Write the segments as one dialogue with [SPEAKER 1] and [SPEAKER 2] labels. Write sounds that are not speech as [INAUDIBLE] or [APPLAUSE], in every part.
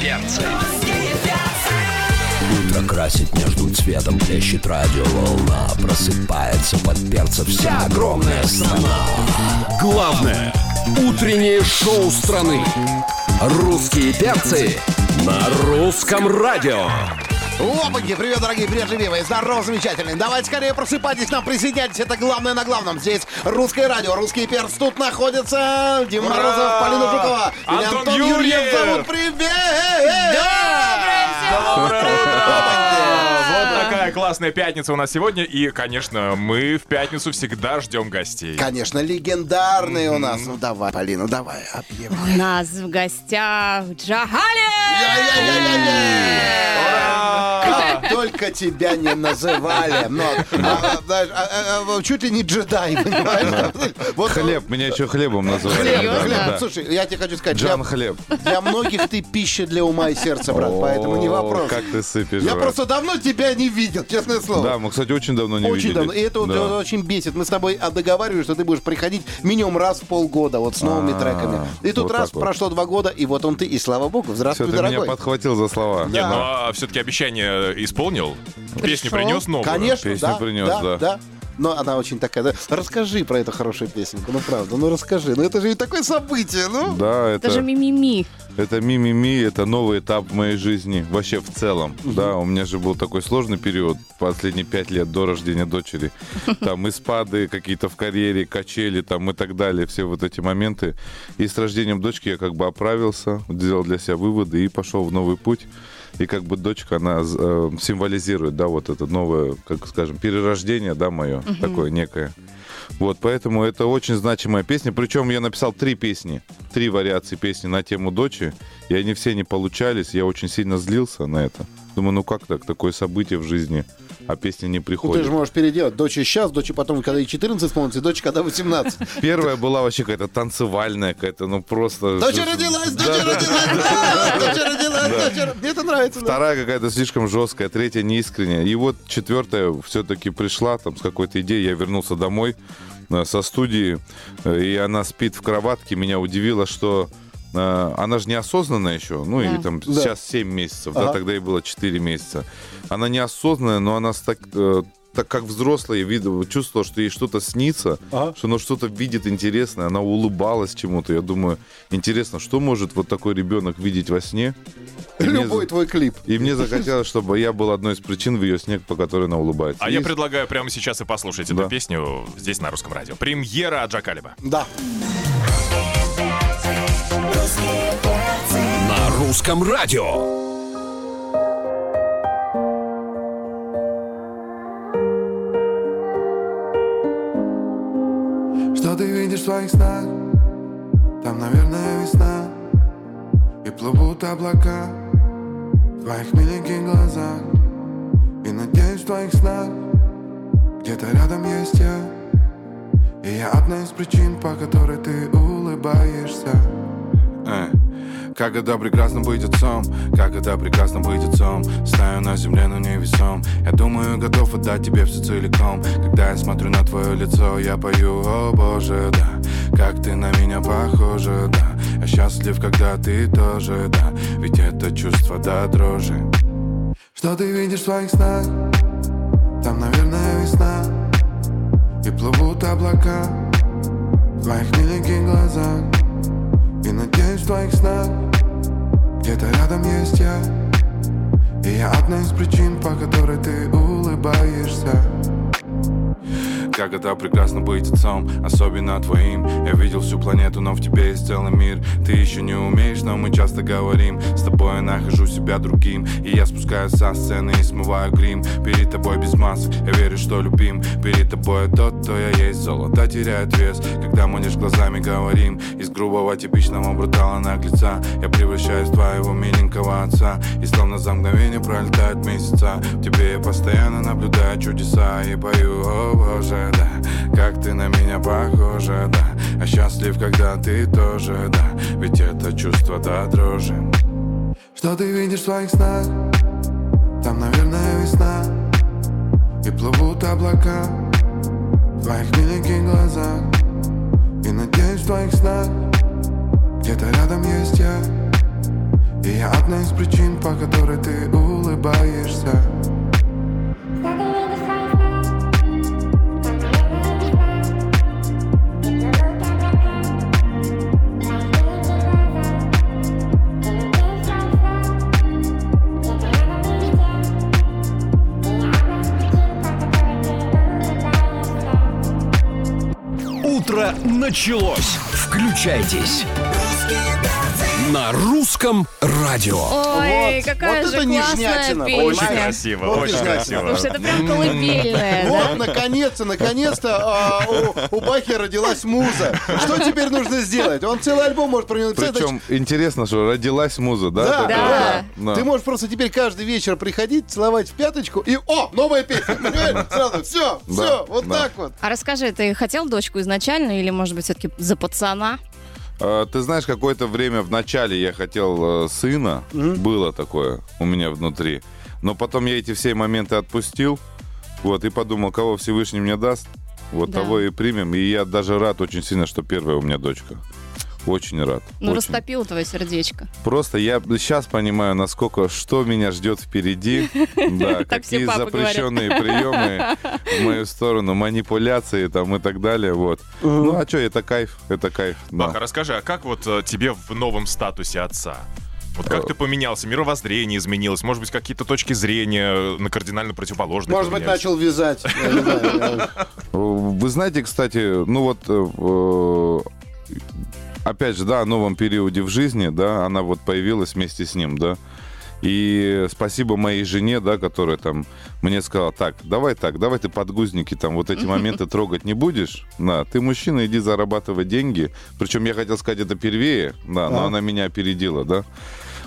[SPEAKER 1] перцы.
[SPEAKER 2] Утро красит между цветом, плещет радиоволна Просыпается под перца вся огромная страна
[SPEAKER 3] Главное утреннее шоу страны. Русские перцы на русском радио.
[SPEAKER 4] Опаньки, привет, дорогие, приветливые, здорово, замечательные. Давайте скорее просыпайтесь, нам присоединяйтесь, это главное на главном. Здесь русское радио, русский перц, тут находится Дима Морозов, Полина Жукова. и
[SPEAKER 5] Антон
[SPEAKER 4] Антон
[SPEAKER 5] Юрьев.
[SPEAKER 4] Юрьев зовут, привет! А.
[SPEAKER 5] Вот такая классная пятница у нас сегодня. И, конечно, мы в пятницу всегда ждем гостей.
[SPEAKER 4] Конечно, легендарные у нас. Ну давай, Полина, давай, объявляй.
[SPEAKER 6] У нас в гостях Джахали!
[SPEAKER 4] Как А, только тебя не называли. Но, а, а, знаешь, а, а, а, чуть ли не джедай, понимаешь? Вот,
[SPEAKER 7] Хлеб, меня еще хлебом называют.
[SPEAKER 4] Хлеб,
[SPEAKER 6] Серьезно?
[SPEAKER 4] хлеб.
[SPEAKER 7] Да.
[SPEAKER 4] Слушай, я тебе хочу сказать,
[SPEAKER 7] Джан
[SPEAKER 4] для-
[SPEAKER 7] хлеб.
[SPEAKER 4] Для многих ты пища для ума и сердца, брат, поэтому не
[SPEAKER 7] О,
[SPEAKER 4] вопрос.
[SPEAKER 7] Как ты сыпешь.
[SPEAKER 4] Я
[SPEAKER 7] брат.
[SPEAKER 4] просто давно тебя не видел, честное слово.
[SPEAKER 7] Да, мы, кстати, очень давно не
[SPEAKER 4] Очень
[SPEAKER 7] виделись.
[SPEAKER 4] давно. И это вот
[SPEAKER 7] Да.
[SPEAKER 4] очень бесит. Мы с тобой а, договаривались, что ты будешь приходить минимум раз в полгода, вот с новыми
[SPEAKER 7] А,
[SPEAKER 4] треками. И тут
[SPEAKER 7] вот
[SPEAKER 4] раз
[SPEAKER 7] так вот.
[SPEAKER 4] прошло два года, и вот он ты, и слава богу,
[SPEAKER 7] Все,
[SPEAKER 4] здравствуй,
[SPEAKER 7] ты
[SPEAKER 4] дорогой.
[SPEAKER 7] меня подхватил за слова.
[SPEAKER 5] Не, ну а все-таки обещание исполнил. Песню принес новую.
[SPEAKER 4] Конечно,
[SPEAKER 7] Песню
[SPEAKER 4] да,
[SPEAKER 7] принес,
[SPEAKER 4] да,
[SPEAKER 7] да.
[SPEAKER 4] да. Но она очень такая. да. Расскажи про эту хорошую песенку, ну правда, ну расскажи. Ну это же ведь такое событие, ну.
[SPEAKER 7] Да, это,
[SPEAKER 6] Это же мимими.
[SPEAKER 7] это ми-ми-ми, это новый этап в моей жизни, вообще в целом. Да, у меня же был такой сложный период, последние пять лет до рождения дочери. Там и спады какие-то в карьере, качели там и так далее, все вот эти моменты. И с рождением дочки я как бы оправился, сделал для себя выводы и пошел в новый путь. И как бы дочка, она э, символизирует, да, вот это новое, как скажем, перерождение, да, мое, такое некое. Вот, поэтому это очень значимая песня. Причем я написал три песни, три вариации песни на тему дочи, и они все не получались. Я очень сильно злился на это. Думаю, ну как так, такое событие в жизни, а песня не
[SPEAKER 4] Ну, ты
[SPEAKER 7] приходит.
[SPEAKER 4] же можешь переделать. Дочь сейчас, дочь потом, когда ей 14 исполнится, и дочь, когда 18.
[SPEAKER 7] Первая была вообще какая-то танцевальная, какая-то, ну просто...
[SPEAKER 4] Дочь родилась, дочь родилась, дочь родилась, дочь родилась. Мне это нравится. да.
[SPEAKER 7] Вторая какая-то слишком жесткая, третья неискренняя. И вот четвертая все-таки пришла там с какой-то идеей. Я вернулся домой э, со студии, э, и она спит в кроватке. Меня удивило, что э, она же неосознанная еще, ну и
[SPEAKER 6] Да.
[SPEAKER 7] там
[SPEAKER 4] Да.
[SPEAKER 7] сейчас 7 месяцев,
[SPEAKER 4] Ага.
[SPEAKER 7] да, тогда ей было 4 месяца. Она неосознанная, но она с так, э, так как взрослая, вид, чувствовала, что ей что-то снится,
[SPEAKER 4] Ага.
[SPEAKER 7] что она что-то видит интересное, она улыбалась чему-то. Я думаю, интересно, что может вот такой ребенок видеть во сне? И мне
[SPEAKER 4] Любой твой клип.
[SPEAKER 7] и мне захотелось, чтобы я был одной из причин в ее снег, по которой она улыбается.
[SPEAKER 5] А
[SPEAKER 7] И
[SPEAKER 5] я предлагаю прямо сейчас и послушать эту
[SPEAKER 7] Да.
[SPEAKER 5] песню здесь на русском радио. Премьера от Джакалиба.
[SPEAKER 4] Да.
[SPEAKER 3] На русском радио.
[SPEAKER 8] Что ты видишь в своих снах? Там, наверное, весна И плывут облака В твоих миленьких глазах И надеюсь в твоих снах Где-то рядом есть я И я одна из причин, по которой ты улыбаешься Э, Как это прекрасно быть отцом, как это прекрасно быть отцом Знаю на земле, но не весом Я думаю, готов отдать тебе все целиком Когда я смотрю на твое лицо, я пою, о боже, да Как ты на меня похожа, да Я счастлив, когда ты тоже, да Ведь это чувство до дрожи Что ты видишь в своих снах? Там, наверное, весна И плывут облака В твоих миленьких глазах и надеюсь в твоих снах Где-то рядом есть я И я одна из причин, по которой ты улыбаешься как это прекрасно быть отцом, особенно твоим Я видел всю планету, но в тебе есть целый мир Ты еще не умеешь, но мы часто говорим С тобой я нахожу себя другим И я спускаюсь со сцены и смываю грим Перед тобой без масок, я верю, что любим Перед тобой я тот, кто я есть, золото теряет вес Когда мы лишь глазами говорим Из грубого типичного брутала наглеца Я превращаюсь в твоего миленького отца И словно за мгновение пролетают месяца В тебе я постоянно наблюдаю чудеса И пою, о боже, да Как ты на меня похожа, да Я счастлив, когда ты тоже, да Ведь это чувство до дрожи Что ты видишь в своих снах? Там, наверное, весна И плывут облака В твоих миленьких глазах И надеюсь в твоих снах Где-то рядом есть я И я одна одна из причин, по которой ты улыбаешься
[SPEAKER 3] Утро началось.
[SPEAKER 2] Включайтесь.
[SPEAKER 3] На русском радио.
[SPEAKER 6] Ой, какая
[SPEAKER 4] вот это
[SPEAKER 6] же классная
[SPEAKER 4] нежнятина,
[SPEAKER 5] Очень
[SPEAKER 4] понимаешь?
[SPEAKER 6] песня.
[SPEAKER 5] красиво,
[SPEAKER 4] Вот
[SPEAKER 5] очень
[SPEAKER 4] прекрасно.
[SPEAKER 5] красиво.
[SPEAKER 6] Потому что это прям колыбельная. да?
[SPEAKER 4] Вот, наконец-то, наконец-то а, у, у Бахи родилась муза. Что теперь нужно сделать? Он целый альбом может про неё написать.
[SPEAKER 7] Причем интересно, что родилась муза, да?
[SPEAKER 4] Да,
[SPEAKER 7] такая?
[SPEAKER 6] да.
[SPEAKER 7] Да.
[SPEAKER 4] Ты можешь просто теперь каждый вечер приходить, целовать в пяточку и о, новая песня. Понимаешь? Сразу все,
[SPEAKER 7] Да,
[SPEAKER 4] все, вот
[SPEAKER 7] да.
[SPEAKER 4] так вот.
[SPEAKER 6] А расскажи, ты хотел дочку изначально или, может быть, все-таки за пацана?
[SPEAKER 7] А, Ты знаешь, какое-то время в начале я хотел э, сына, было такое у меня внутри, но потом я эти все моменты отпустил, вот, и подумал, кого Всевышний мне даст, вот
[SPEAKER 6] Да.
[SPEAKER 7] того и примем, и я даже рад очень сильно, что первая у меня дочка. Очень рад.
[SPEAKER 6] Ну,
[SPEAKER 7] очень.
[SPEAKER 6] растопил твое сердечко.
[SPEAKER 7] Просто я сейчас понимаю, насколько, что меня
[SPEAKER 6] [LAUGHS]
[SPEAKER 7] ждет впереди, да,
[SPEAKER 6] Так все
[SPEAKER 7] какие
[SPEAKER 6] папы говорят.
[SPEAKER 7] запрещенные приемы в мою сторону, манипуляции там и так далее, вот. Ну, а что, это кайф, это кайф, да.
[SPEAKER 5] Баха, расскажи, а как вот э, тебе в новом статусе отца? Вот
[SPEAKER 7] Э.
[SPEAKER 5] как ты поменялся? Мировоззрение изменилось? Может быть, какие-то точки зрения э, на кардинально противоположные
[SPEAKER 4] Может быть,
[SPEAKER 5] поменялись?
[SPEAKER 4] начал вязать. Я не знаю.
[SPEAKER 7] Вы знаете, кстати, ну вот, э, э, опять же, да, о новом периоде в жизни, да, она вот появилась вместе с ним, да. И спасибо моей жене, да, которая там мне сказала, так, давай так, давай ты подгузники там вот эти моменты трогать не будешь, да, ты мужчина, иди зарабатывать деньги. Причем я хотел сказать это первее, да, но она меня опередила, да.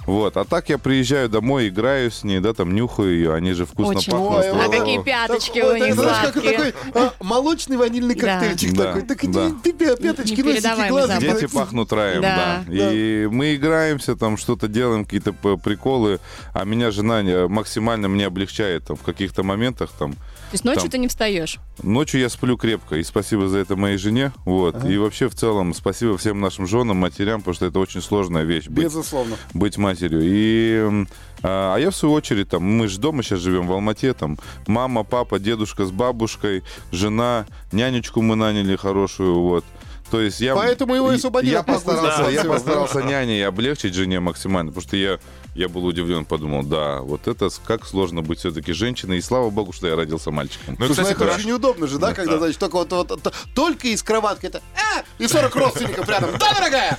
[SPEAKER 7] Вот, а так я приезжаю домой, играю с ней, да, там нюхаю ее, они же вкусно
[SPEAKER 6] Очень
[SPEAKER 7] пахнут.
[SPEAKER 4] вкусно.
[SPEAKER 7] да.
[SPEAKER 4] Ой,
[SPEAKER 6] А
[SPEAKER 4] вот
[SPEAKER 6] какие
[SPEAKER 7] О.
[SPEAKER 6] пяточки
[SPEAKER 4] Так,
[SPEAKER 6] у
[SPEAKER 4] вот,
[SPEAKER 6] них
[SPEAKER 4] знаешь, как
[SPEAKER 6] сладкие.
[SPEAKER 4] такой а, молочный ванильный
[SPEAKER 6] Да.
[SPEAKER 4] коктейльчик
[SPEAKER 7] Да,
[SPEAKER 4] такой. Так
[SPEAKER 7] да.
[SPEAKER 4] иди, ты пяточки, носики,
[SPEAKER 6] Непередаваемый
[SPEAKER 4] глазки.
[SPEAKER 6] запах.
[SPEAKER 7] Дети пахнут раем,
[SPEAKER 6] Да.
[SPEAKER 7] да. И мы играемся, там что-то делаем, какие-то п- приколы, а меня жена не- максимально мне облегчает там в каких-то моментах там.
[SPEAKER 6] То есть ночью
[SPEAKER 7] Там.
[SPEAKER 6] ты не встаешь.
[SPEAKER 7] Ночью я сплю крепко, и спасибо за это моей жене, вот. И вообще в целом спасибо всем нашим женам, матерям, потому что это очень сложная вещь. быть-
[SPEAKER 4] Безусловно.
[SPEAKER 7] быть матерью. И, м, а, а я в свою очередь, там, мы же дома сейчас живем в Алмате, там, мама, папа, дедушка с бабушкой, жена, нянечку мы наняли хорошую, вот. То есть я...
[SPEAKER 4] Поэтому его и освободили
[SPEAKER 7] Я
[SPEAKER 4] от папы.
[SPEAKER 7] постарался,
[SPEAKER 4] Да,
[SPEAKER 7] я
[SPEAKER 4] спасибо.
[SPEAKER 7] постарался няней облегчить жене максимально, потому что я, я был удивлен, подумал, да, вот это с- как сложно быть все-таки женщиной, и слава богу, что я родился мальчиком.
[SPEAKER 5] Ну,
[SPEAKER 4] Слушай, ну
[SPEAKER 5] кстати,
[SPEAKER 4] это
[SPEAKER 5] хорошо.
[SPEAKER 4] очень неудобно же, да, когда, значит, только вот, вот- вот- только из кроватки это «А!» и 40 родственников рядом. Да, дорогая!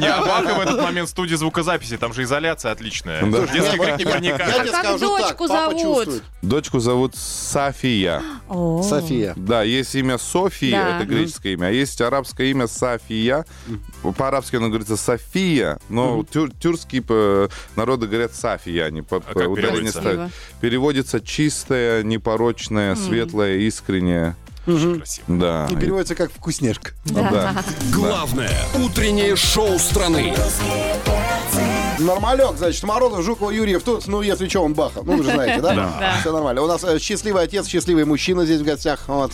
[SPEAKER 5] Не, а Баха в этот момент в студии звукозаписи, там же изоляция отличная.
[SPEAKER 7] Да.
[SPEAKER 5] Детские крики
[SPEAKER 4] Я
[SPEAKER 5] проникают.
[SPEAKER 4] тебе
[SPEAKER 6] А как
[SPEAKER 4] скажу так,
[SPEAKER 6] дочку
[SPEAKER 4] папа
[SPEAKER 6] зовут?
[SPEAKER 4] чувствует.
[SPEAKER 7] Дочку зовут Сафия.
[SPEAKER 4] София.
[SPEAKER 7] Да, есть имя София,
[SPEAKER 6] Да.
[SPEAKER 7] это греческое имя, а есть арабское имя Сафия. По-арабски оно говорится София, но тюр- тюркские э, народы говорят Сафия, они
[SPEAKER 4] А
[SPEAKER 7] по,
[SPEAKER 5] как
[SPEAKER 7] по- ударение
[SPEAKER 5] переводится?
[SPEAKER 7] ставят. Переводится чистая, непорочная, светлая, искренняя.
[SPEAKER 5] Красиво.
[SPEAKER 7] Да.
[SPEAKER 4] И переводится как «вкуснешка».
[SPEAKER 7] Да.
[SPEAKER 3] Главное утреннее шоу страны.
[SPEAKER 4] Нормалек, значит, Морозов, Жукова, Юрьев тут, ну, если что, он баха. Ну, вы же знаете, да?
[SPEAKER 6] Да.
[SPEAKER 4] Все нормально. У нас э, счастливый отец, счастливый мужчина здесь в гостях. Вот.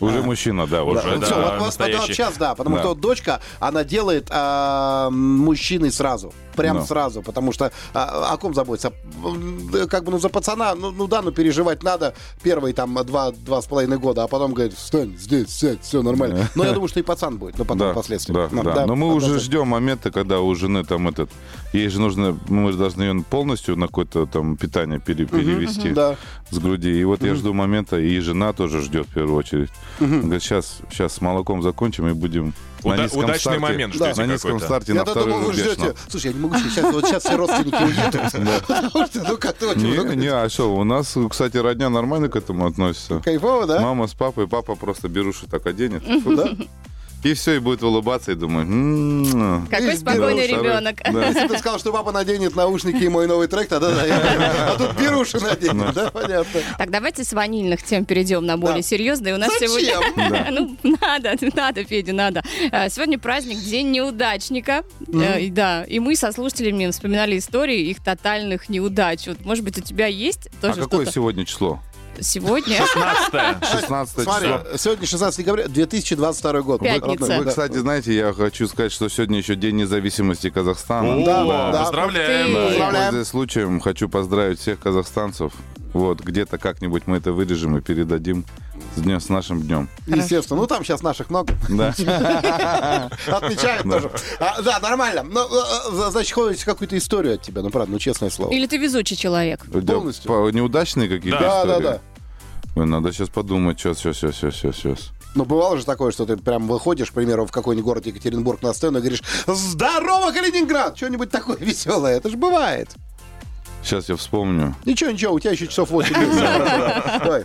[SPEAKER 7] Уже мужчина, да, уже.
[SPEAKER 5] Уже,
[SPEAKER 4] Ну,
[SPEAKER 5] да,
[SPEAKER 4] всё, вот, вот,
[SPEAKER 5] настоящий.
[SPEAKER 4] вот сейчас, да, потому
[SPEAKER 7] Да.
[SPEAKER 4] что дочка, она делает а, мужчиной сразу. Прям
[SPEAKER 7] Ну.
[SPEAKER 4] сразу, потому что а, о ком заботиться? М, да, Как бы, ну, за пацана, ну, ну да, ну, переживать надо первые, там, два, два с половиной года, а потом говорит, встань здесь, сядь, все нормально. Но я думаю, что и пацан будет, но потом
[SPEAKER 7] Да,
[SPEAKER 4] впоследствии.
[SPEAKER 7] да,
[SPEAKER 4] Ну,
[SPEAKER 7] да.
[SPEAKER 4] да,
[SPEAKER 7] Но мы уже
[SPEAKER 4] однозначно.
[SPEAKER 7] ждем момента, когда у жены там этот... Ей же нужно... Мы же должны ее полностью на какое-то там питание пере- перевести
[SPEAKER 4] да.
[SPEAKER 7] с груди. И вот я жду момента, и жена тоже ждет в первую очередь. Говорит, сейчас, сейчас с молоком закончим и будем
[SPEAKER 5] Уда-
[SPEAKER 7] на низком
[SPEAKER 5] удачный
[SPEAKER 7] старте.
[SPEAKER 5] момент
[SPEAKER 7] Да.
[SPEAKER 5] ждете
[SPEAKER 7] На низком
[SPEAKER 5] какой-то.
[SPEAKER 7] старте
[SPEAKER 4] Я
[SPEAKER 7] на
[SPEAKER 4] тогда
[SPEAKER 7] второй
[SPEAKER 4] думал, вы
[SPEAKER 7] рубеж.
[SPEAKER 4] ждете. Слушай, я не могу сейчас, вот сейчас все родственники
[SPEAKER 7] [LAUGHS]
[SPEAKER 4] уедут. [LAUGHS] Потому что, ну, как-то
[SPEAKER 7] но-
[SPEAKER 4] очень
[SPEAKER 7] Не,
[SPEAKER 4] много-
[SPEAKER 7] не, а что, у нас, кстати, родня нормально к этому относится.
[SPEAKER 4] Кайфово, да?
[SPEAKER 7] Мама с папой, папа просто беруши так оденет.
[SPEAKER 4] Да?
[SPEAKER 7] И все, и будет улыбаться, и думаю, «М,
[SPEAKER 6] Какой
[SPEAKER 4] Видишь,
[SPEAKER 6] спокойный
[SPEAKER 7] беру,
[SPEAKER 6] ребенок.
[SPEAKER 7] Да.
[SPEAKER 4] Если ты сказал, что папа наденет наушники и мой новый трек, тогда да, я- а тут беруши
[SPEAKER 7] Ну.
[SPEAKER 4] наденет, да, понятно.
[SPEAKER 6] Так, давайте с ванильных тем перейдем на более
[SPEAKER 4] Да.
[SPEAKER 6] серьезные. У нас
[SPEAKER 4] Зачем?
[SPEAKER 6] сегодня... [LAUGHS]
[SPEAKER 4] [LAUGHS]
[SPEAKER 6] Ну, надо, надо, Федя, надо. Э, Сегодня праздник День неудачника.
[SPEAKER 7] Ну.
[SPEAKER 6] Э, и Да, и мы со слушателями вспоминали истории их тотальных неудач. Вот, может быть, у тебя есть
[SPEAKER 7] А
[SPEAKER 6] тоже
[SPEAKER 4] Ну,
[SPEAKER 7] какое
[SPEAKER 6] что-то?
[SPEAKER 7] сегодня число?
[SPEAKER 6] сегодня.
[SPEAKER 5] 16
[SPEAKER 7] 16
[SPEAKER 4] Смотри,
[SPEAKER 7] число.
[SPEAKER 4] сегодня 16 декабря 2022 год.
[SPEAKER 6] Пятница.
[SPEAKER 7] Вы, кстати, знаете, я хочу сказать, что сегодня еще День независимости Казахстана.
[SPEAKER 5] О,
[SPEAKER 4] да.
[SPEAKER 5] поздравляем.
[SPEAKER 6] Ух ты.
[SPEAKER 4] Поздравляем.
[SPEAKER 7] Пользуясь случаем, хочу поздравить всех казахстанцев. Вот, где-то как-нибудь мы это вырежем и передадим с, днем, с нашим днем.
[SPEAKER 4] Естественно. Ну, там сейчас наших много.
[SPEAKER 5] [LAUGHS]
[SPEAKER 7] Да.
[SPEAKER 4] Отмечают тоже. А, Да, нормально. Ну, э, э, Значит, хочется какую-то историю от тебя. Ну, правда, ну, честное слово.
[SPEAKER 6] Или ты везучий человек. Ну,
[SPEAKER 7] Да,
[SPEAKER 4] Полностью.
[SPEAKER 7] по- Неудачные какие-то
[SPEAKER 4] Да, да,
[SPEAKER 7] истории?
[SPEAKER 4] да.
[SPEAKER 7] Ой, надо сейчас подумать, сейчас, сейчас, сейчас, сейчас, сейчас.
[SPEAKER 4] Ну, бывало же такое, что ты прям выходишь, к примеру, в какой-нибудь город Екатеринбург на сцену и говоришь «Здорово, Калининград!» Что-нибудь такое [LAUGHS] веселое. Это же бывает.
[SPEAKER 7] Сейчас я вспомню.
[SPEAKER 4] Ничего, ничего, у тебя еще часов
[SPEAKER 7] [LAUGHS]
[SPEAKER 4] 8 есть. Давай.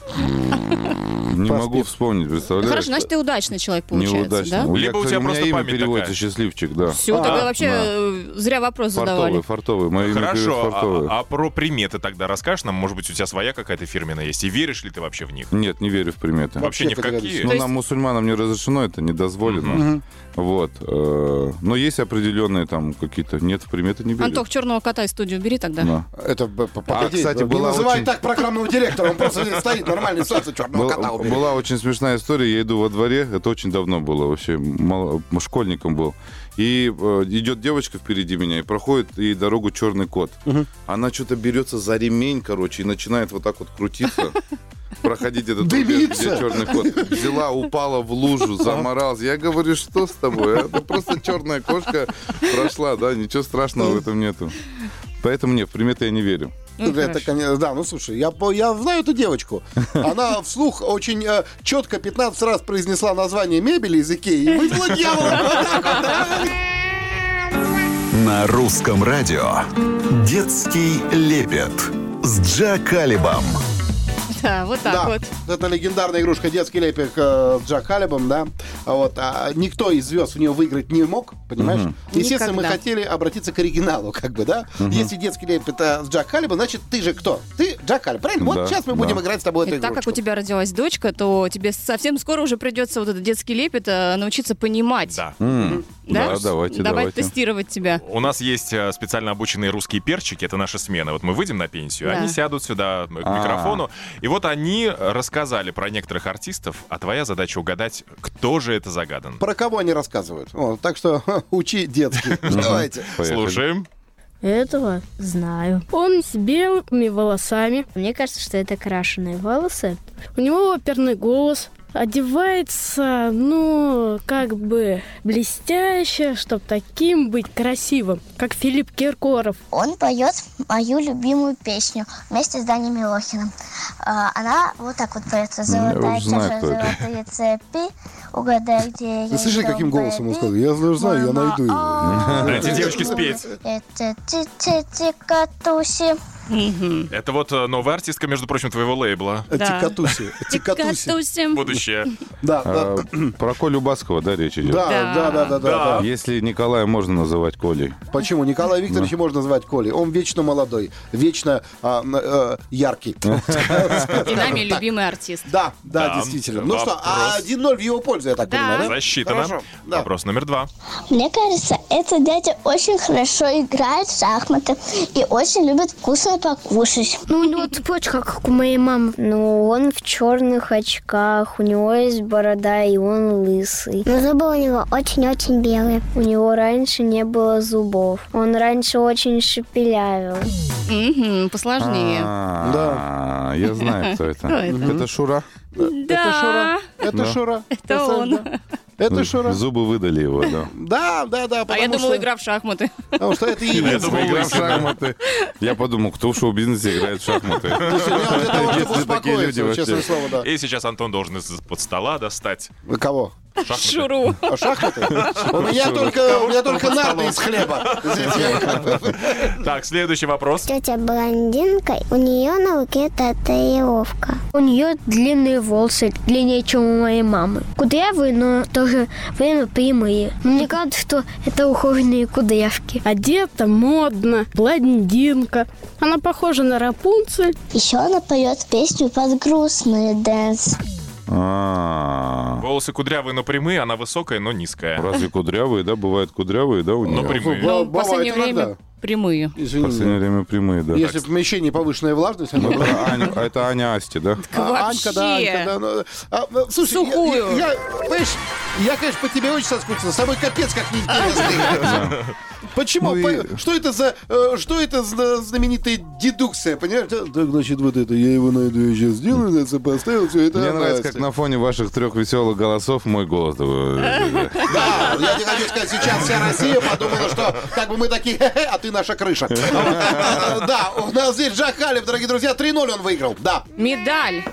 [SPEAKER 7] Не могу вспомнить, представляешь?
[SPEAKER 6] Хорошо, значит, ты удачный человек, получается,
[SPEAKER 7] Неудачно.
[SPEAKER 6] да?
[SPEAKER 7] У- я,
[SPEAKER 5] Либо у
[SPEAKER 7] кстати,
[SPEAKER 5] тебя
[SPEAKER 7] меня
[SPEAKER 5] просто
[SPEAKER 7] имя
[SPEAKER 5] память
[SPEAKER 7] переводится
[SPEAKER 5] такая.
[SPEAKER 7] счастливчик, да.
[SPEAKER 6] Все, тогда вообще
[SPEAKER 7] да.
[SPEAKER 6] э, зря вопрос
[SPEAKER 7] А, Фартовый,
[SPEAKER 6] задавали.
[SPEAKER 7] фартовый. Мое имя переводится
[SPEAKER 5] Хорошо,
[SPEAKER 7] фартовый.
[SPEAKER 5] а, а про приметы тогда расскажешь нам? Может быть, у тебя своя какая-то фирменная есть? И веришь ли ты вообще в них?
[SPEAKER 7] Нет, не верю в приметы.
[SPEAKER 5] Вообще, ни в какие.
[SPEAKER 7] Ну,
[SPEAKER 6] То есть-
[SPEAKER 7] нам, мусульманам, не разрешено это, не дозволено. Вот. э, Но есть определенные там какие-то... Нет, в приметы не беру.
[SPEAKER 6] Антох, черного кота из студии убери тогда.
[SPEAKER 7] Да.
[SPEAKER 4] Это, б- п- погоди,
[SPEAKER 7] кстати,
[SPEAKER 4] не
[SPEAKER 7] была
[SPEAKER 4] называй
[SPEAKER 7] очень-
[SPEAKER 4] так программного директора, он просто здесь стоит, нормальный ситуация, черного Ну,
[SPEAKER 7] Был-
[SPEAKER 4] кота убери.
[SPEAKER 7] была очень смешная история. Я иду во дворе, это очень давно было, вообще мало- школьником был. И э, идет девочка впереди меня и проходит и дорогу черный кот. Она что-то берется за ремень, короче, и начинает вот так вот крутиться. Проходить этот рубеж, где черный кот. Взяла, упала в лужу, заморалась. Я говорю, что с тобой? Это просто черная кошка прошла, да, ничего страшного в этом нету. Поэтому нет, в приметы я не верю.
[SPEAKER 6] Ну,
[SPEAKER 4] Это,
[SPEAKER 6] хорошо.
[SPEAKER 4] конечно, да, ну слушай, я, по- я знаю эту девочку. Она вслух очень четко 15 раз произнесла название мебели из Икеи и вызвала дьявола. Вот так вот, да?
[SPEAKER 1] На русском радио «Детский лепет» с Джа Калибом.
[SPEAKER 6] Да, вот так
[SPEAKER 4] Да,
[SPEAKER 6] вот.
[SPEAKER 4] Это легендарная игрушка «Детский лепик» э, с Джак Халибом, да. А Вот. а никто из звезд в нее выиграть не мог, понимаешь? Естественно, мы
[SPEAKER 6] Никогда.
[SPEAKER 4] хотели обратиться к оригиналу, как бы, да? Если детский лепит э, с Джак Халибом, значит, ты же кто? Ты Джак Халиб, правильно?
[SPEAKER 7] Да,
[SPEAKER 4] Вот сейчас мы
[SPEAKER 7] да.
[SPEAKER 4] будем играть с тобой эту
[SPEAKER 6] И так как
[SPEAKER 4] игрушку.
[SPEAKER 6] у тебя родилась дочка, то тебе совсем скоро уже придется вот этот детский лепет э, научиться понимать.
[SPEAKER 5] Да.
[SPEAKER 6] Да?
[SPEAKER 7] Да, давайте,
[SPEAKER 6] Давай
[SPEAKER 7] давайте.
[SPEAKER 6] тестировать тебя.
[SPEAKER 5] У нас есть э, специально обученные русские перчики, это наша смена. Вот мы выйдем на пенсию,
[SPEAKER 6] Да.
[SPEAKER 5] они сядут сюда э, к
[SPEAKER 7] А.
[SPEAKER 5] микрофону. И вот они рассказали про некоторых артистов, а твоя задача угадать, кто же это загадан.
[SPEAKER 4] Про кого они рассказывают? О, так что [LAUGHS] учи детский. Давайте.
[SPEAKER 7] Поехали.
[SPEAKER 5] Слушаем.
[SPEAKER 9] Этого знаю. Он с белыми волосами. Мне кажется, что это крашеные волосы. У него оперный голос. Одевается, ну, как бы блестяще, чтобы таким быть красивым, как Филипп Киркоров.
[SPEAKER 10] Он поет мою любимую песню вместе с Даней Милохиным. А, Она вот так вот поется.
[SPEAKER 4] Ну,
[SPEAKER 10] Золотая
[SPEAKER 7] уже знаю,
[SPEAKER 10] чаша,
[SPEAKER 7] кто это».
[SPEAKER 10] золотые цепи. Угадай, где я.
[SPEAKER 4] Слышали, каким голосом он сказал? Я знаю, знаю, я найду
[SPEAKER 6] А,
[SPEAKER 4] его.
[SPEAKER 5] Дайте девочке спеть.
[SPEAKER 10] Это ти-ти-ти, катуси.
[SPEAKER 5] Это вот э, новая артистка, между прочим, твоего лейбла.
[SPEAKER 6] Да. [LAUGHS]
[SPEAKER 4] Тикатуси. Тикатуси.
[SPEAKER 6] Катусим.
[SPEAKER 5] Будущее.
[SPEAKER 4] Да, да,
[SPEAKER 7] А, Про Колю Баскова, да, речь идет?
[SPEAKER 4] да, да, да, да, да.
[SPEAKER 7] Если Николая можно называть Колей.
[SPEAKER 4] Почему? Николая
[SPEAKER 7] Ну.
[SPEAKER 4] Викторовича можно звать Колей. Он вечно молодой, вечно а, м, э, яркий.
[SPEAKER 7] Ну.
[SPEAKER 6] И нами любимый артист.
[SPEAKER 4] Да, да,
[SPEAKER 5] Да,
[SPEAKER 4] действительно. Ну что, а
[SPEAKER 5] вопрос.
[SPEAKER 4] 1-0 в его пользу, я так
[SPEAKER 6] Да.
[SPEAKER 4] понимаю, да?
[SPEAKER 5] Засчитано.
[SPEAKER 4] Хорошо, да.
[SPEAKER 5] Вопрос номер два.
[SPEAKER 10] Мне кажется, этот дядя очень хорошо играет в шахматы и очень любит вкусно покушать.
[SPEAKER 9] Ну, у него цепочка, как у моей мамы. Ну, он в черных очках, у него есть борода, и он лысый. Но зубы у него очень-очень белые. У него раньше не было зубов. Он раньше очень шепелявил.
[SPEAKER 6] Мгм,
[SPEAKER 4] А,
[SPEAKER 6] Посложнее.
[SPEAKER 7] Да. А, Я
[SPEAKER 4] [LAUGHS]
[SPEAKER 7] знаю, кто это.
[SPEAKER 6] Кто это?
[SPEAKER 7] Это Шура.
[SPEAKER 6] Да,
[SPEAKER 4] Это
[SPEAKER 7] Да.
[SPEAKER 4] Шура.
[SPEAKER 6] это он.
[SPEAKER 4] Это Шура.
[SPEAKER 7] Зубы выдали его, да.
[SPEAKER 4] Да, да, да.
[SPEAKER 6] А я
[SPEAKER 4] потому
[SPEAKER 6] думала,
[SPEAKER 4] что-
[SPEAKER 6] игра в шахматы.
[SPEAKER 4] [LAUGHS] Потому что это имя.
[SPEAKER 5] думал,
[SPEAKER 7] Игра в
[SPEAKER 5] лысый, да.
[SPEAKER 7] шахматы. Я подумал, кто в шоу-бизнесе играет
[SPEAKER 4] [LAUGHS]
[SPEAKER 7] в шахматы.
[SPEAKER 4] Я для того, чтобы
[SPEAKER 7] Если такие люди
[SPEAKER 4] успокоиться, честное
[SPEAKER 7] вообще.
[SPEAKER 4] слово, да.
[SPEAKER 5] И сейчас Антон должен из-под стола достать
[SPEAKER 4] Вы кого?
[SPEAKER 5] шахматы.
[SPEAKER 6] Шуру.
[SPEAKER 4] А шахматы? У меня только, у меня только нарды из хлеба. Здесь я-
[SPEAKER 5] Так, следующий вопрос.
[SPEAKER 9] Тетя блондинка, у нее на руке татуировка. У нее длинные волосы, длиннее, чем у моей мамы. Кудрявые, но в то же время прямые. Мне кажется, что это ухоженные кудрявки.
[SPEAKER 11] Одета модно, блондинка. Она похожа на Рапунцель.
[SPEAKER 10] Еще она поет песню под грустный дэнс.
[SPEAKER 7] А,
[SPEAKER 5] Волосы кудрявые, но прямые, она высокая, но низкая.
[SPEAKER 7] Разве кудрявые, да? Бывают кудрявые, да, у
[SPEAKER 5] Но
[SPEAKER 7] нее?
[SPEAKER 5] прямые.
[SPEAKER 4] Ба-
[SPEAKER 7] Ну,
[SPEAKER 6] в последнее
[SPEAKER 4] бывает иногда.
[SPEAKER 6] время прямые.
[SPEAKER 7] В последнее время прямые, да.
[SPEAKER 4] Если в помещении повышенная влажность, она была-
[SPEAKER 7] Аня- а это Аня Асти, да?
[SPEAKER 4] А,
[SPEAKER 6] Вообще.
[SPEAKER 4] Анька, да, Анька, да. ну, а, ну, слушай, я-
[SPEAKER 6] Сухую.
[SPEAKER 4] Я, я, понимаешь, я, конечно, по тебе очень соскучился. С тобой капец как неинтересно.
[SPEAKER 6] Ну
[SPEAKER 4] Почему? По- Что это за э, что это за знаменитая дедукция, понимаешь? Так, значит, вот это, я его найду, я сейчас сделаю, это поставил, все это.
[SPEAKER 7] Мне
[SPEAKER 4] она.
[SPEAKER 7] нравится, как на фоне ваших трех веселых голосов мой голос э, такой.
[SPEAKER 4] Да, я тебе хочу сказать, сейчас вся Россия подумала, что как бы мы такие, «Хе-хе, а ты наша крыша. [LAUGHS] Да, у нас здесь Джахалев, дорогие друзья, 3-0 он выиграл, да.
[SPEAKER 6] Медаль.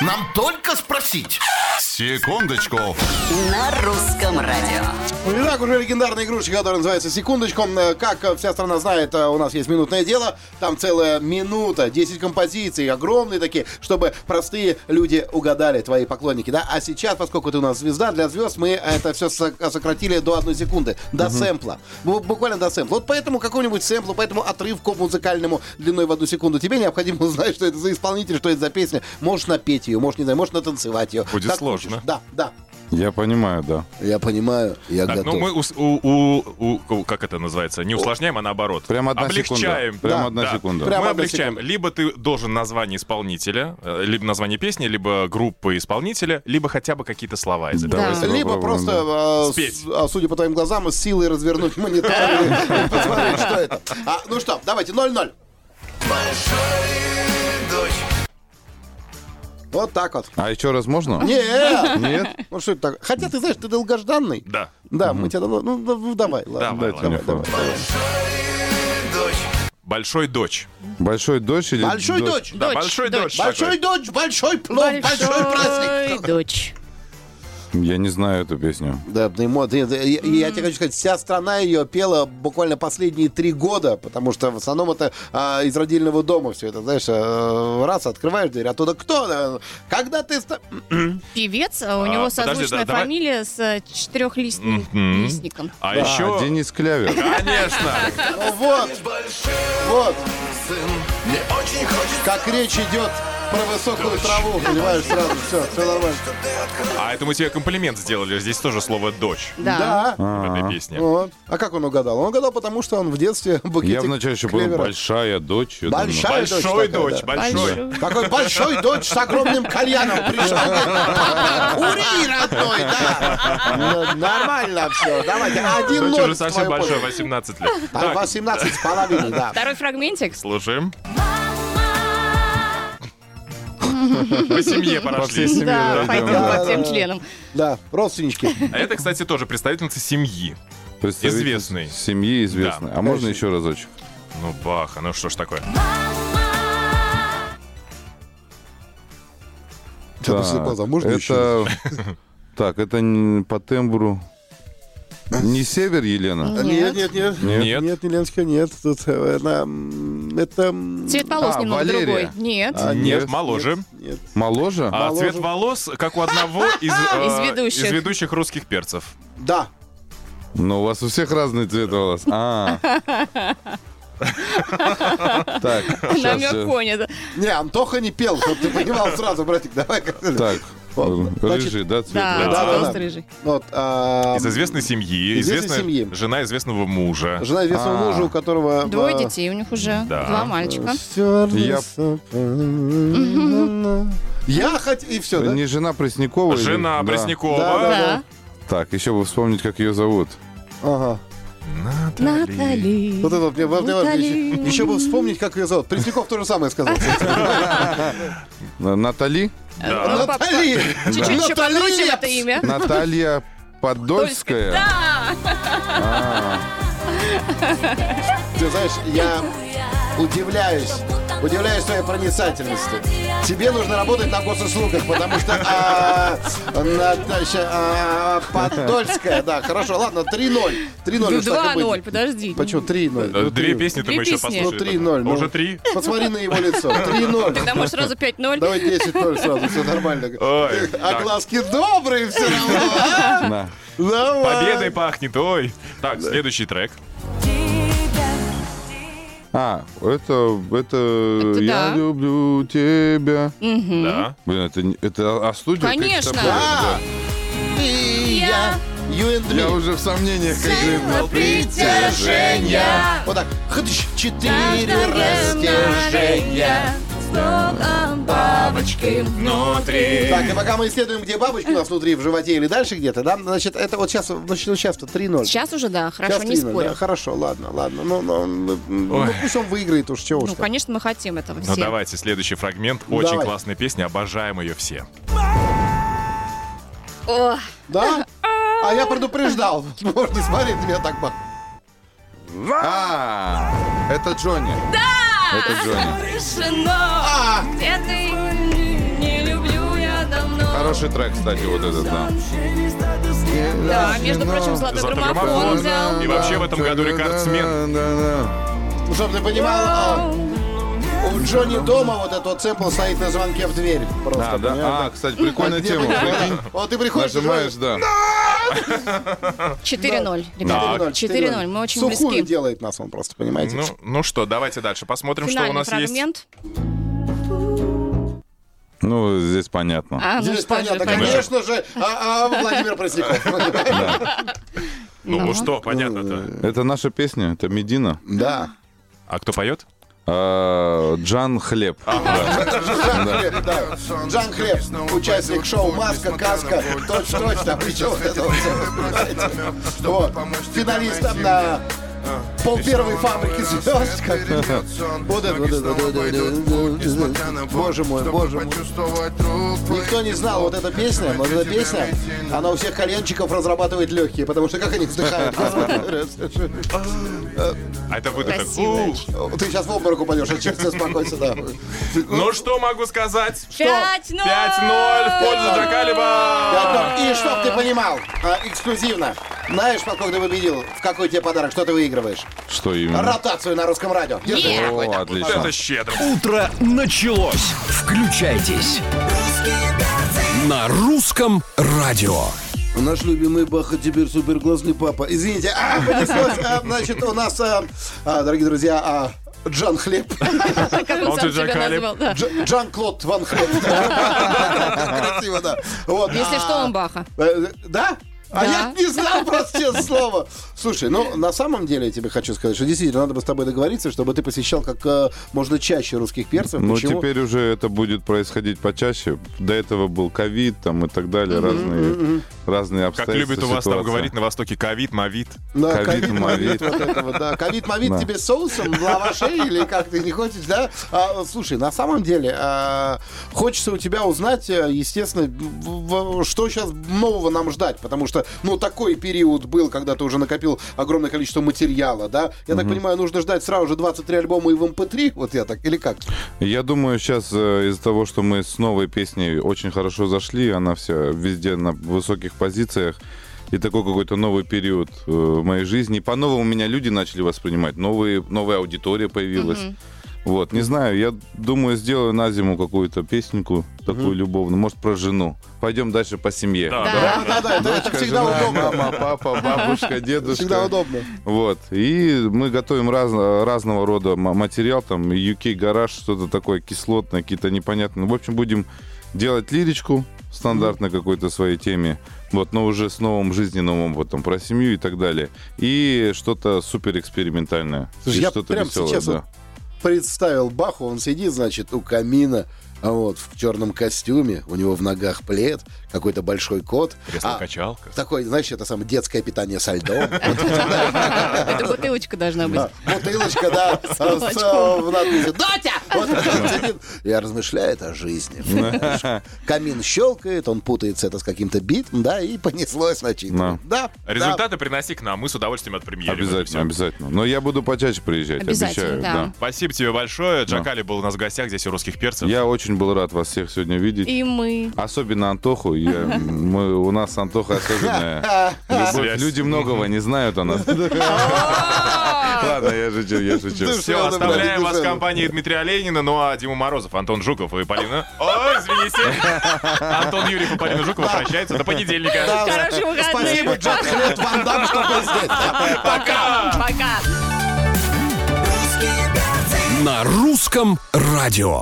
[SPEAKER 12] Нам только спросить. Секундочку.
[SPEAKER 13] На русском радио.
[SPEAKER 4] Итак, уже легендарная игрушечка, которая называется «Секундочку». М, Как э, вся страна знает, э, у нас есть минутное дело. Там целая минута, 10 композиций, огромные такие, чтобы простые люди угадали, твои поклонники. Да? А сейчас, поскольку ты у нас звезда, для звезд мы это все сократили до одной секунды, до сэмпла. Бу- Буквально до сэмпла. Вот поэтому какому-нибудь сэмплу, поэтому отрывку музыкальному длиной в одну секунду тебе необходимо узнать, что это за исполнитель, что это за песня. Можешь напеть ее, можешь, не знаю, можешь натанцевать ее.
[SPEAKER 5] Будет сложно.
[SPEAKER 4] Да, да.
[SPEAKER 7] Я понимаю, да.
[SPEAKER 4] Я понимаю, я
[SPEAKER 5] Так, ну
[SPEAKER 4] готов.
[SPEAKER 5] мы ус- у, у- у- у- как это называется, не усложняем, а наоборот. Прям
[SPEAKER 7] одна секунда.
[SPEAKER 5] облегчаем.
[SPEAKER 7] Прям Да. одна секунда. Прям
[SPEAKER 5] мы
[SPEAKER 7] одна
[SPEAKER 5] облегчаем. Либо ты должен название исполнителя, э, либо название песни, либо группы исполнителя, либо хотя бы какие-то слова из этого.
[SPEAKER 4] Да. Либо просто, э, с- а, судя по твоим глазам, с силой развернуть монитор
[SPEAKER 5] [LAUGHS]
[SPEAKER 4] и посмотреть, что это. А, Ну что, давайте, 0-0. Вот так вот.
[SPEAKER 7] А еще раз можно?
[SPEAKER 4] Нет!
[SPEAKER 7] Нет?
[SPEAKER 4] Ну что это так? Хотя ты знаешь, ты долгожданный.
[SPEAKER 5] Да.
[SPEAKER 4] Да, мы тебя давно... Ну, да- ну, давай, ладно.
[SPEAKER 5] Давай, ладно. Большой дочь.
[SPEAKER 7] Большой дочь или
[SPEAKER 4] Большой дочь.
[SPEAKER 5] Да, большой дочь.
[SPEAKER 4] Большой
[SPEAKER 5] такой.
[SPEAKER 4] дочь, большой плов, большой праздник.
[SPEAKER 6] дочь.
[SPEAKER 7] Я не знаю эту песню.
[SPEAKER 4] Да, да, ему- да, да, я, я тебе хочу сказать, вся страна ее пела буквально последние три года, потому что в основном это а, из родильного дома все это, знаешь, а, раз открываешь дверь, оттуда кто? Да, Когда ты... ста-
[SPEAKER 6] Певец, а у
[SPEAKER 4] А,
[SPEAKER 6] него
[SPEAKER 4] подожди, да,
[SPEAKER 6] созвучная
[SPEAKER 4] давай.
[SPEAKER 6] фамилия с э, четырехлистным
[SPEAKER 5] Мгм.
[SPEAKER 6] листником.
[SPEAKER 5] А
[SPEAKER 7] Да,
[SPEAKER 5] еще...
[SPEAKER 7] Денис Клявер.
[SPEAKER 5] Конечно.
[SPEAKER 4] Ну вот, вот. Как речь идет про высокую траву, понимаешь, сразу все, все нормально.
[SPEAKER 5] А это мы тебе комплимент сделали. Здесь тоже слово дочь.
[SPEAKER 4] Да.
[SPEAKER 5] В этой песне.
[SPEAKER 4] Вот. А как он угадал? Он угадал, потому что он в детстве букетик
[SPEAKER 7] Я вначале еще понял,
[SPEAKER 4] клевера.
[SPEAKER 7] большая дочь. я думаю.
[SPEAKER 4] Большая дочь, такая, да. Такой большой дочь с огромным кальяном пришел. Папа, кури, родной,
[SPEAKER 5] А?
[SPEAKER 4] да. Ну, Нормально все. Давайте,
[SPEAKER 5] Ну,
[SPEAKER 4] один
[SPEAKER 5] Дочь
[SPEAKER 4] ноль
[SPEAKER 5] уже
[SPEAKER 4] в
[SPEAKER 5] совсем
[SPEAKER 4] твою
[SPEAKER 5] большой,
[SPEAKER 4] пользу.
[SPEAKER 5] 18 лет.
[SPEAKER 4] А,
[SPEAKER 5] Так,
[SPEAKER 4] 18 с половиной,
[SPEAKER 5] [LAUGHS]
[SPEAKER 4] да.
[SPEAKER 6] Второй фрагментик.
[SPEAKER 5] Слушаем. По семье
[SPEAKER 6] [LAUGHS]
[SPEAKER 5] прошли.
[SPEAKER 6] Да, пойдем по всем членам.
[SPEAKER 4] Да, родственнички.
[SPEAKER 5] А это, кстати, тоже представительница семьи.
[SPEAKER 7] Представитель
[SPEAKER 5] Известный.
[SPEAKER 7] Семьи известный.
[SPEAKER 5] Да.
[SPEAKER 7] А можно еще разочек?
[SPEAKER 5] Ну, баха, ну что ж такое.
[SPEAKER 4] Чё, ну,
[SPEAKER 7] Так,
[SPEAKER 4] слепо, за, можно
[SPEAKER 7] это...
[SPEAKER 4] ещё
[SPEAKER 7] [LAUGHS] Так, это не по тембру... Не север, Елена?
[SPEAKER 4] Нет, нет, нет.
[SPEAKER 7] Нет.
[SPEAKER 4] Нет, Неленская, нет. Тут э, она, м, это...
[SPEAKER 6] Цвет волос
[SPEAKER 4] А,
[SPEAKER 6] немного
[SPEAKER 4] Валерия.
[SPEAKER 6] другой. Нет.
[SPEAKER 5] А, нет,
[SPEAKER 7] нет,
[SPEAKER 5] моложе.
[SPEAKER 7] Моложе?
[SPEAKER 5] А цвет волос, как у
[SPEAKER 6] [LAUGHS]
[SPEAKER 5] одного из, э,
[SPEAKER 6] Из ведущих.
[SPEAKER 5] из ведущих русских перцев.
[SPEAKER 4] Да.
[SPEAKER 7] Но Ну, у вас у всех разный цвет волос.
[SPEAKER 4] [LAUGHS]
[SPEAKER 7] А, так. щас,
[SPEAKER 6] Намек
[SPEAKER 7] э,
[SPEAKER 6] понят.
[SPEAKER 4] Не, Антоха не пел, чтобы ты понимал сразу, братик. Давай
[SPEAKER 5] [LAUGHS]
[SPEAKER 4] как-то.
[SPEAKER 7] Так, э,
[SPEAKER 4] значит,
[SPEAKER 7] рыжий, да, цвет?
[SPEAKER 6] Да,
[SPEAKER 7] волос?
[SPEAKER 4] да,
[SPEAKER 6] просто
[SPEAKER 4] да.
[SPEAKER 6] рыжий.
[SPEAKER 4] Вот, а,
[SPEAKER 5] Из известной семьи.
[SPEAKER 4] известной
[SPEAKER 5] известная
[SPEAKER 4] семьи.
[SPEAKER 5] Жена известного мужа.
[SPEAKER 4] Жена известного
[SPEAKER 5] А.
[SPEAKER 4] мужа, у которого...
[SPEAKER 6] Двое
[SPEAKER 4] а,
[SPEAKER 6] детей а? у них уже.
[SPEAKER 5] Да.
[SPEAKER 6] Два мальчика.
[SPEAKER 7] Я-
[SPEAKER 4] Я хоть и все, да?
[SPEAKER 7] Не жена Преснякова? или-
[SPEAKER 5] Жена
[SPEAKER 7] да.
[SPEAKER 5] Преснякова.
[SPEAKER 6] Да.
[SPEAKER 7] Так, еще бы вспомнить, как ее зовут.
[SPEAKER 4] Ага.
[SPEAKER 6] Натали. Э,
[SPEAKER 4] Вот это вот мне вот, мне вот
[SPEAKER 6] Натали. А,
[SPEAKER 4] еще, еще бы вспомнить, как ее зовут. Пресняков то же самое сказал.
[SPEAKER 7] Н- Натали?
[SPEAKER 5] Да.
[SPEAKER 4] Натали!
[SPEAKER 6] ну, Чуть-чуть еще
[SPEAKER 4] Натали
[SPEAKER 6] покрутим
[SPEAKER 4] Лепс!
[SPEAKER 6] это имя.
[SPEAKER 7] Наталья Подольская?
[SPEAKER 4] Ты знаешь, я удивляюсь. Удивляюсь своей проницательности. Тебе нужно работать на госуслугах, потому что а, Наташа а, Подольская. Да, хорошо, ладно, 3-0. 3-0.
[SPEAKER 6] Ну,
[SPEAKER 4] уж так и быть.
[SPEAKER 6] 2-0, подожди.
[SPEAKER 4] Почему 3-0?
[SPEAKER 5] Э,
[SPEAKER 4] Ну,
[SPEAKER 5] Две
[SPEAKER 4] три-
[SPEAKER 5] песни ты
[SPEAKER 6] Две
[SPEAKER 5] мы еще
[SPEAKER 6] песни.
[SPEAKER 5] послушали.
[SPEAKER 4] Ну, 3-0, ну.
[SPEAKER 5] Уже три?
[SPEAKER 4] Посмотри на его лицо. 3-0.
[SPEAKER 6] Тогда может сразу 5-0.
[SPEAKER 4] Давай 10-0 сразу, все нормально.
[SPEAKER 5] Ой,
[SPEAKER 4] А
[SPEAKER 5] так,
[SPEAKER 4] глазки добрые все равно. а?
[SPEAKER 7] На.
[SPEAKER 4] Давай.
[SPEAKER 5] победой пахнет, ой. Так, следующий трек.
[SPEAKER 7] А, это, это,
[SPEAKER 6] Это
[SPEAKER 7] я
[SPEAKER 6] да.
[SPEAKER 7] люблю тебя.
[SPEAKER 6] Мгм.
[SPEAKER 5] Да.
[SPEAKER 7] Блин, это, не- это а студия? как
[SPEAKER 6] Конечно.
[SPEAKER 7] такое?
[SPEAKER 4] И я
[SPEAKER 7] Я уже в сомнениях, как говорит Мат-
[SPEAKER 4] Притяжение. Вот так. Хдыщ, Четыре растяжения.
[SPEAKER 6] Бабочки
[SPEAKER 4] внутри. Так, и пока мы исследуем, где бабочка у нас внутри, в животе или дальше где-то, да, значит, это вот сейчас, значит, ну, сейчас-то 3-0.
[SPEAKER 6] Сейчас уже, да, хорошо,
[SPEAKER 4] Сейчас
[SPEAKER 6] не
[SPEAKER 4] 3:0,
[SPEAKER 6] спорю.
[SPEAKER 4] да, хорошо, ладно, ладно. Ну, ну, ну, ну,
[SPEAKER 5] Ой.
[SPEAKER 4] пусть он выиграет уж, чего уж.
[SPEAKER 6] Ну, конечно, мы хотим этого
[SPEAKER 5] Ну
[SPEAKER 6] все.
[SPEAKER 5] давайте, следующий фрагмент. Очень
[SPEAKER 4] Давай.
[SPEAKER 5] классная песня, обожаем ее все.
[SPEAKER 6] О,
[SPEAKER 4] Да? А я предупреждал. [LAUGHS] Можно не смотреть на меня так ба-
[SPEAKER 7] А, это Джонни.
[SPEAKER 6] Да!
[SPEAKER 7] Это Джонни.
[SPEAKER 4] А.
[SPEAKER 6] Решено! Где ты? Не люблю я давно.
[SPEAKER 7] Хороший трек, кстати, вот этот, да.
[SPEAKER 6] Да, между прочим, золотой,
[SPEAKER 5] Золотой
[SPEAKER 6] граммофон,
[SPEAKER 5] граммофон.
[SPEAKER 6] взял.
[SPEAKER 5] И вообще в этом году рекордсмен.
[SPEAKER 4] Ну, чтобы ты понимал, а, у Джонни дома вот этот вот сэмпл стоит на звонке в дверь. Просто,
[SPEAKER 7] А, да?
[SPEAKER 4] понимаешь,
[SPEAKER 7] А,
[SPEAKER 4] да?
[SPEAKER 7] кстати, прикольная
[SPEAKER 4] Вот,
[SPEAKER 7] тема.
[SPEAKER 4] не,
[SPEAKER 7] Прикинь,
[SPEAKER 4] [LAUGHS] Вот ты приходишь,
[SPEAKER 7] Нажимаешь, да.
[SPEAKER 6] 4-0,
[SPEAKER 5] Да.
[SPEAKER 6] ребята. 4-0, мы очень
[SPEAKER 4] Сухую
[SPEAKER 6] близки.
[SPEAKER 4] делает нас он просто, понимаете?
[SPEAKER 5] Ну, ну что, давайте дальше посмотрим, что у
[SPEAKER 6] Финальный
[SPEAKER 5] нас есть.
[SPEAKER 6] фрагмент.
[SPEAKER 7] Ну, здесь понятно.
[SPEAKER 6] А, ну
[SPEAKER 4] Здесь
[SPEAKER 6] что же,
[SPEAKER 4] понятно,
[SPEAKER 6] понятно.
[SPEAKER 4] конечно же, а, а, Владимир
[SPEAKER 5] [LAUGHS]
[SPEAKER 4] Пресняков.
[SPEAKER 5] Ну, ну что, понятно-то.
[SPEAKER 7] Это наша песня, это Медина.
[SPEAKER 4] Да.
[SPEAKER 5] А кто поет?
[SPEAKER 7] А, Джан Хлеб.
[SPEAKER 4] Жан Хлеб, да. Жан Хлеб, участник шоу «Маска, каска», точно-точно, причем это вот всё, понимаете? Вот, финалистом на пол первой фабрики звезд. как- Вот это, вот это, вот это, вот это. Боже мой, боже мой. Никто не знал, вот эта песня, вот эта песня, она у всех коленчиков разрабатывает легкие, потому что как они вздыхают? [LAUGHS]
[SPEAKER 5] А это вы так.
[SPEAKER 6] Красивая.
[SPEAKER 5] «У».
[SPEAKER 4] Ты сейчас в обморок упадешь, отчасти успокойся, да.
[SPEAKER 5] Ну что могу сказать?
[SPEAKER 4] Что?
[SPEAKER 6] 5-0!
[SPEAKER 5] 5-0 в пользу Джакалиба!
[SPEAKER 4] И чтоб ты понимал, а, эксклюзивно. Знаешь, поскольку ты победил, в какой тебе подарок, что ты выигрываешь?
[SPEAKER 7] Что именно?
[SPEAKER 4] Ротацию на русском радио. Держи.
[SPEAKER 7] О, отлично.
[SPEAKER 5] щедро.
[SPEAKER 3] Утро началось. Включайтесь. На русском радио.
[SPEAKER 4] Наш любимый Баха теперь суперглазный папа. Извините, а, [LAUGHS] понеслось, а, значит, у нас, а, а, дорогие друзья, а, Джан Хлеб. [LAUGHS]
[SPEAKER 6] Как он
[SPEAKER 5] Он
[SPEAKER 6] сам
[SPEAKER 5] тут
[SPEAKER 6] себя
[SPEAKER 5] Джакалип.
[SPEAKER 6] назвал, да.
[SPEAKER 4] Дж- Джан-Клод Ван Хлеб. [LAUGHS] Красиво, да. Вот.
[SPEAKER 6] Если что, он баха.
[SPEAKER 4] Э, Да? А
[SPEAKER 6] Да.
[SPEAKER 4] я не знал просто честное слово. Слушай, ну на самом деле я тебе хочу сказать, что действительно надо бы с тобой договориться, чтобы ты посещал как э, можно чаще русских перцев.
[SPEAKER 7] Ну,
[SPEAKER 4] Почему?
[SPEAKER 7] теперь уже это будет происходить почаще. До этого был ковид там и так далее, разные, разные
[SPEAKER 5] Как
[SPEAKER 7] обстоятельства.
[SPEAKER 5] любит у вас там
[SPEAKER 7] ситуация.
[SPEAKER 5] говорить на Востоке ковид, мовид.
[SPEAKER 4] Да,
[SPEAKER 7] ковид, мовид.
[SPEAKER 4] вот это вот, да. Ковид, мовид
[SPEAKER 7] Да.
[SPEAKER 4] тебе с соусом, в лаваше или как ты не хочешь, да? А, слушай, на самом деле а, хочется у тебя узнать, э, естественно, в- в- что сейчас нового нам ждать, потому что, ну, такой период был, когда ты уже накопил огромное количество материала, да? Я так понимаю, нужно ждать сразу же 23 альбома и в MP3, вот я так, или как?
[SPEAKER 7] Я думаю, сейчас из-за того, что мы с новой песней очень хорошо зашли, она вся везде на высоких позициях, и такой какой-то новый период э, в моей жизни. И По-новому меня люди начали воспринимать, новые, новая аудитория появилась. Вот, не знаю, я думаю, сделаю на зиму какую-то песенку такую любовную, может, про жену. Пойдем дальше по семье.
[SPEAKER 4] Да, да, да, это, это
[SPEAKER 7] Дочка,
[SPEAKER 4] всегда
[SPEAKER 7] жена,
[SPEAKER 4] удобно.
[SPEAKER 7] Мама, папа, бабушка, дедушка.
[SPEAKER 4] Всегда удобно.
[SPEAKER 7] Вот. И мы готовим раз- разного рода м- материал, там, UK гараж, что-то такое кислотное, какие-то непонятные. В общем, будем делать лиричку в стандартной какой-то своей теме, вот, но уже с новым жизненным опытом про семью и так далее. И что-то супер экспериментальное.
[SPEAKER 4] Слушай,
[SPEAKER 7] и
[SPEAKER 4] я
[SPEAKER 7] что-то
[SPEAKER 4] прям
[SPEAKER 7] веселое,
[SPEAKER 4] сейчас
[SPEAKER 7] да. [LAUGHS]
[SPEAKER 4] вот представил Баху, он сидит, значит, у камина, а вот, в черном костюме, у него в ногах плед, какой-то большой кот. а,
[SPEAKER 5] Кресло-качалка.
[SPEAKER 4] такой, знаешь, это самое детское питание со льдом.
[SPEAKER 6] [LAUGHS] Это бутылочка должна быть.
[SPEAKER 4] Бутылочка, да, с, э, в надписи «Дотя!» Вот он сидит. Я размышляю о жизни. понимаешь. Камин щелкает, он путается это с каким-то битом, да, и понеслось начитано. Да, да.
[SPEAKER 5] Результаты приноси к нам, мы с удовольствием отпремьерим. это всё.
[SPEAKER 7] Обязательно, обязательно. Но я буду почаще приезжать,
[SPEAKER 6] Обязательно,
[SPEAKER 7] обещаю.
[SPEAKER 6] да.
[SPEAKER 7] да.
[SPEAKER 5] Спасибо тебе большое. Джакали был у нас в гостях здесь у русских перцев.
[SPEAKER 7] Я очень был рад вас всех сегодня видеть.
[SPEAKER 6] И мы.
[SPEAKER 7] Особенно Антоху. Я- мы, у нас с Антохой особенная любовь.
[SPEAKER 5] Связь.
[SPEAKER 7] Люди многого не знают о нас. Ладно, я шучу, я шучу.
[SPEAKER 5] Все, оставляем вас в
[SPEAKER 4] душевно.
[SPEAKER 5] компании Дмитрия Оленина, ну а Дима Морозов, Антон Жуков
[SPEAKER 4] [LAUGHS]
[SPEAKER 5] и Полина... Ой, извините. Антон Юрьев и Полина Жукова прощаются до понедельника.
[SPEAKER 6] Хороших выходных.
[SPEAKER 4] Спасибо, Джон Хлеб Ван Дам, что был здесь.
[SPEAKER 5] Пока!
[SPEAKER 6] Пока.
[SPEAKER 3] На русском радио.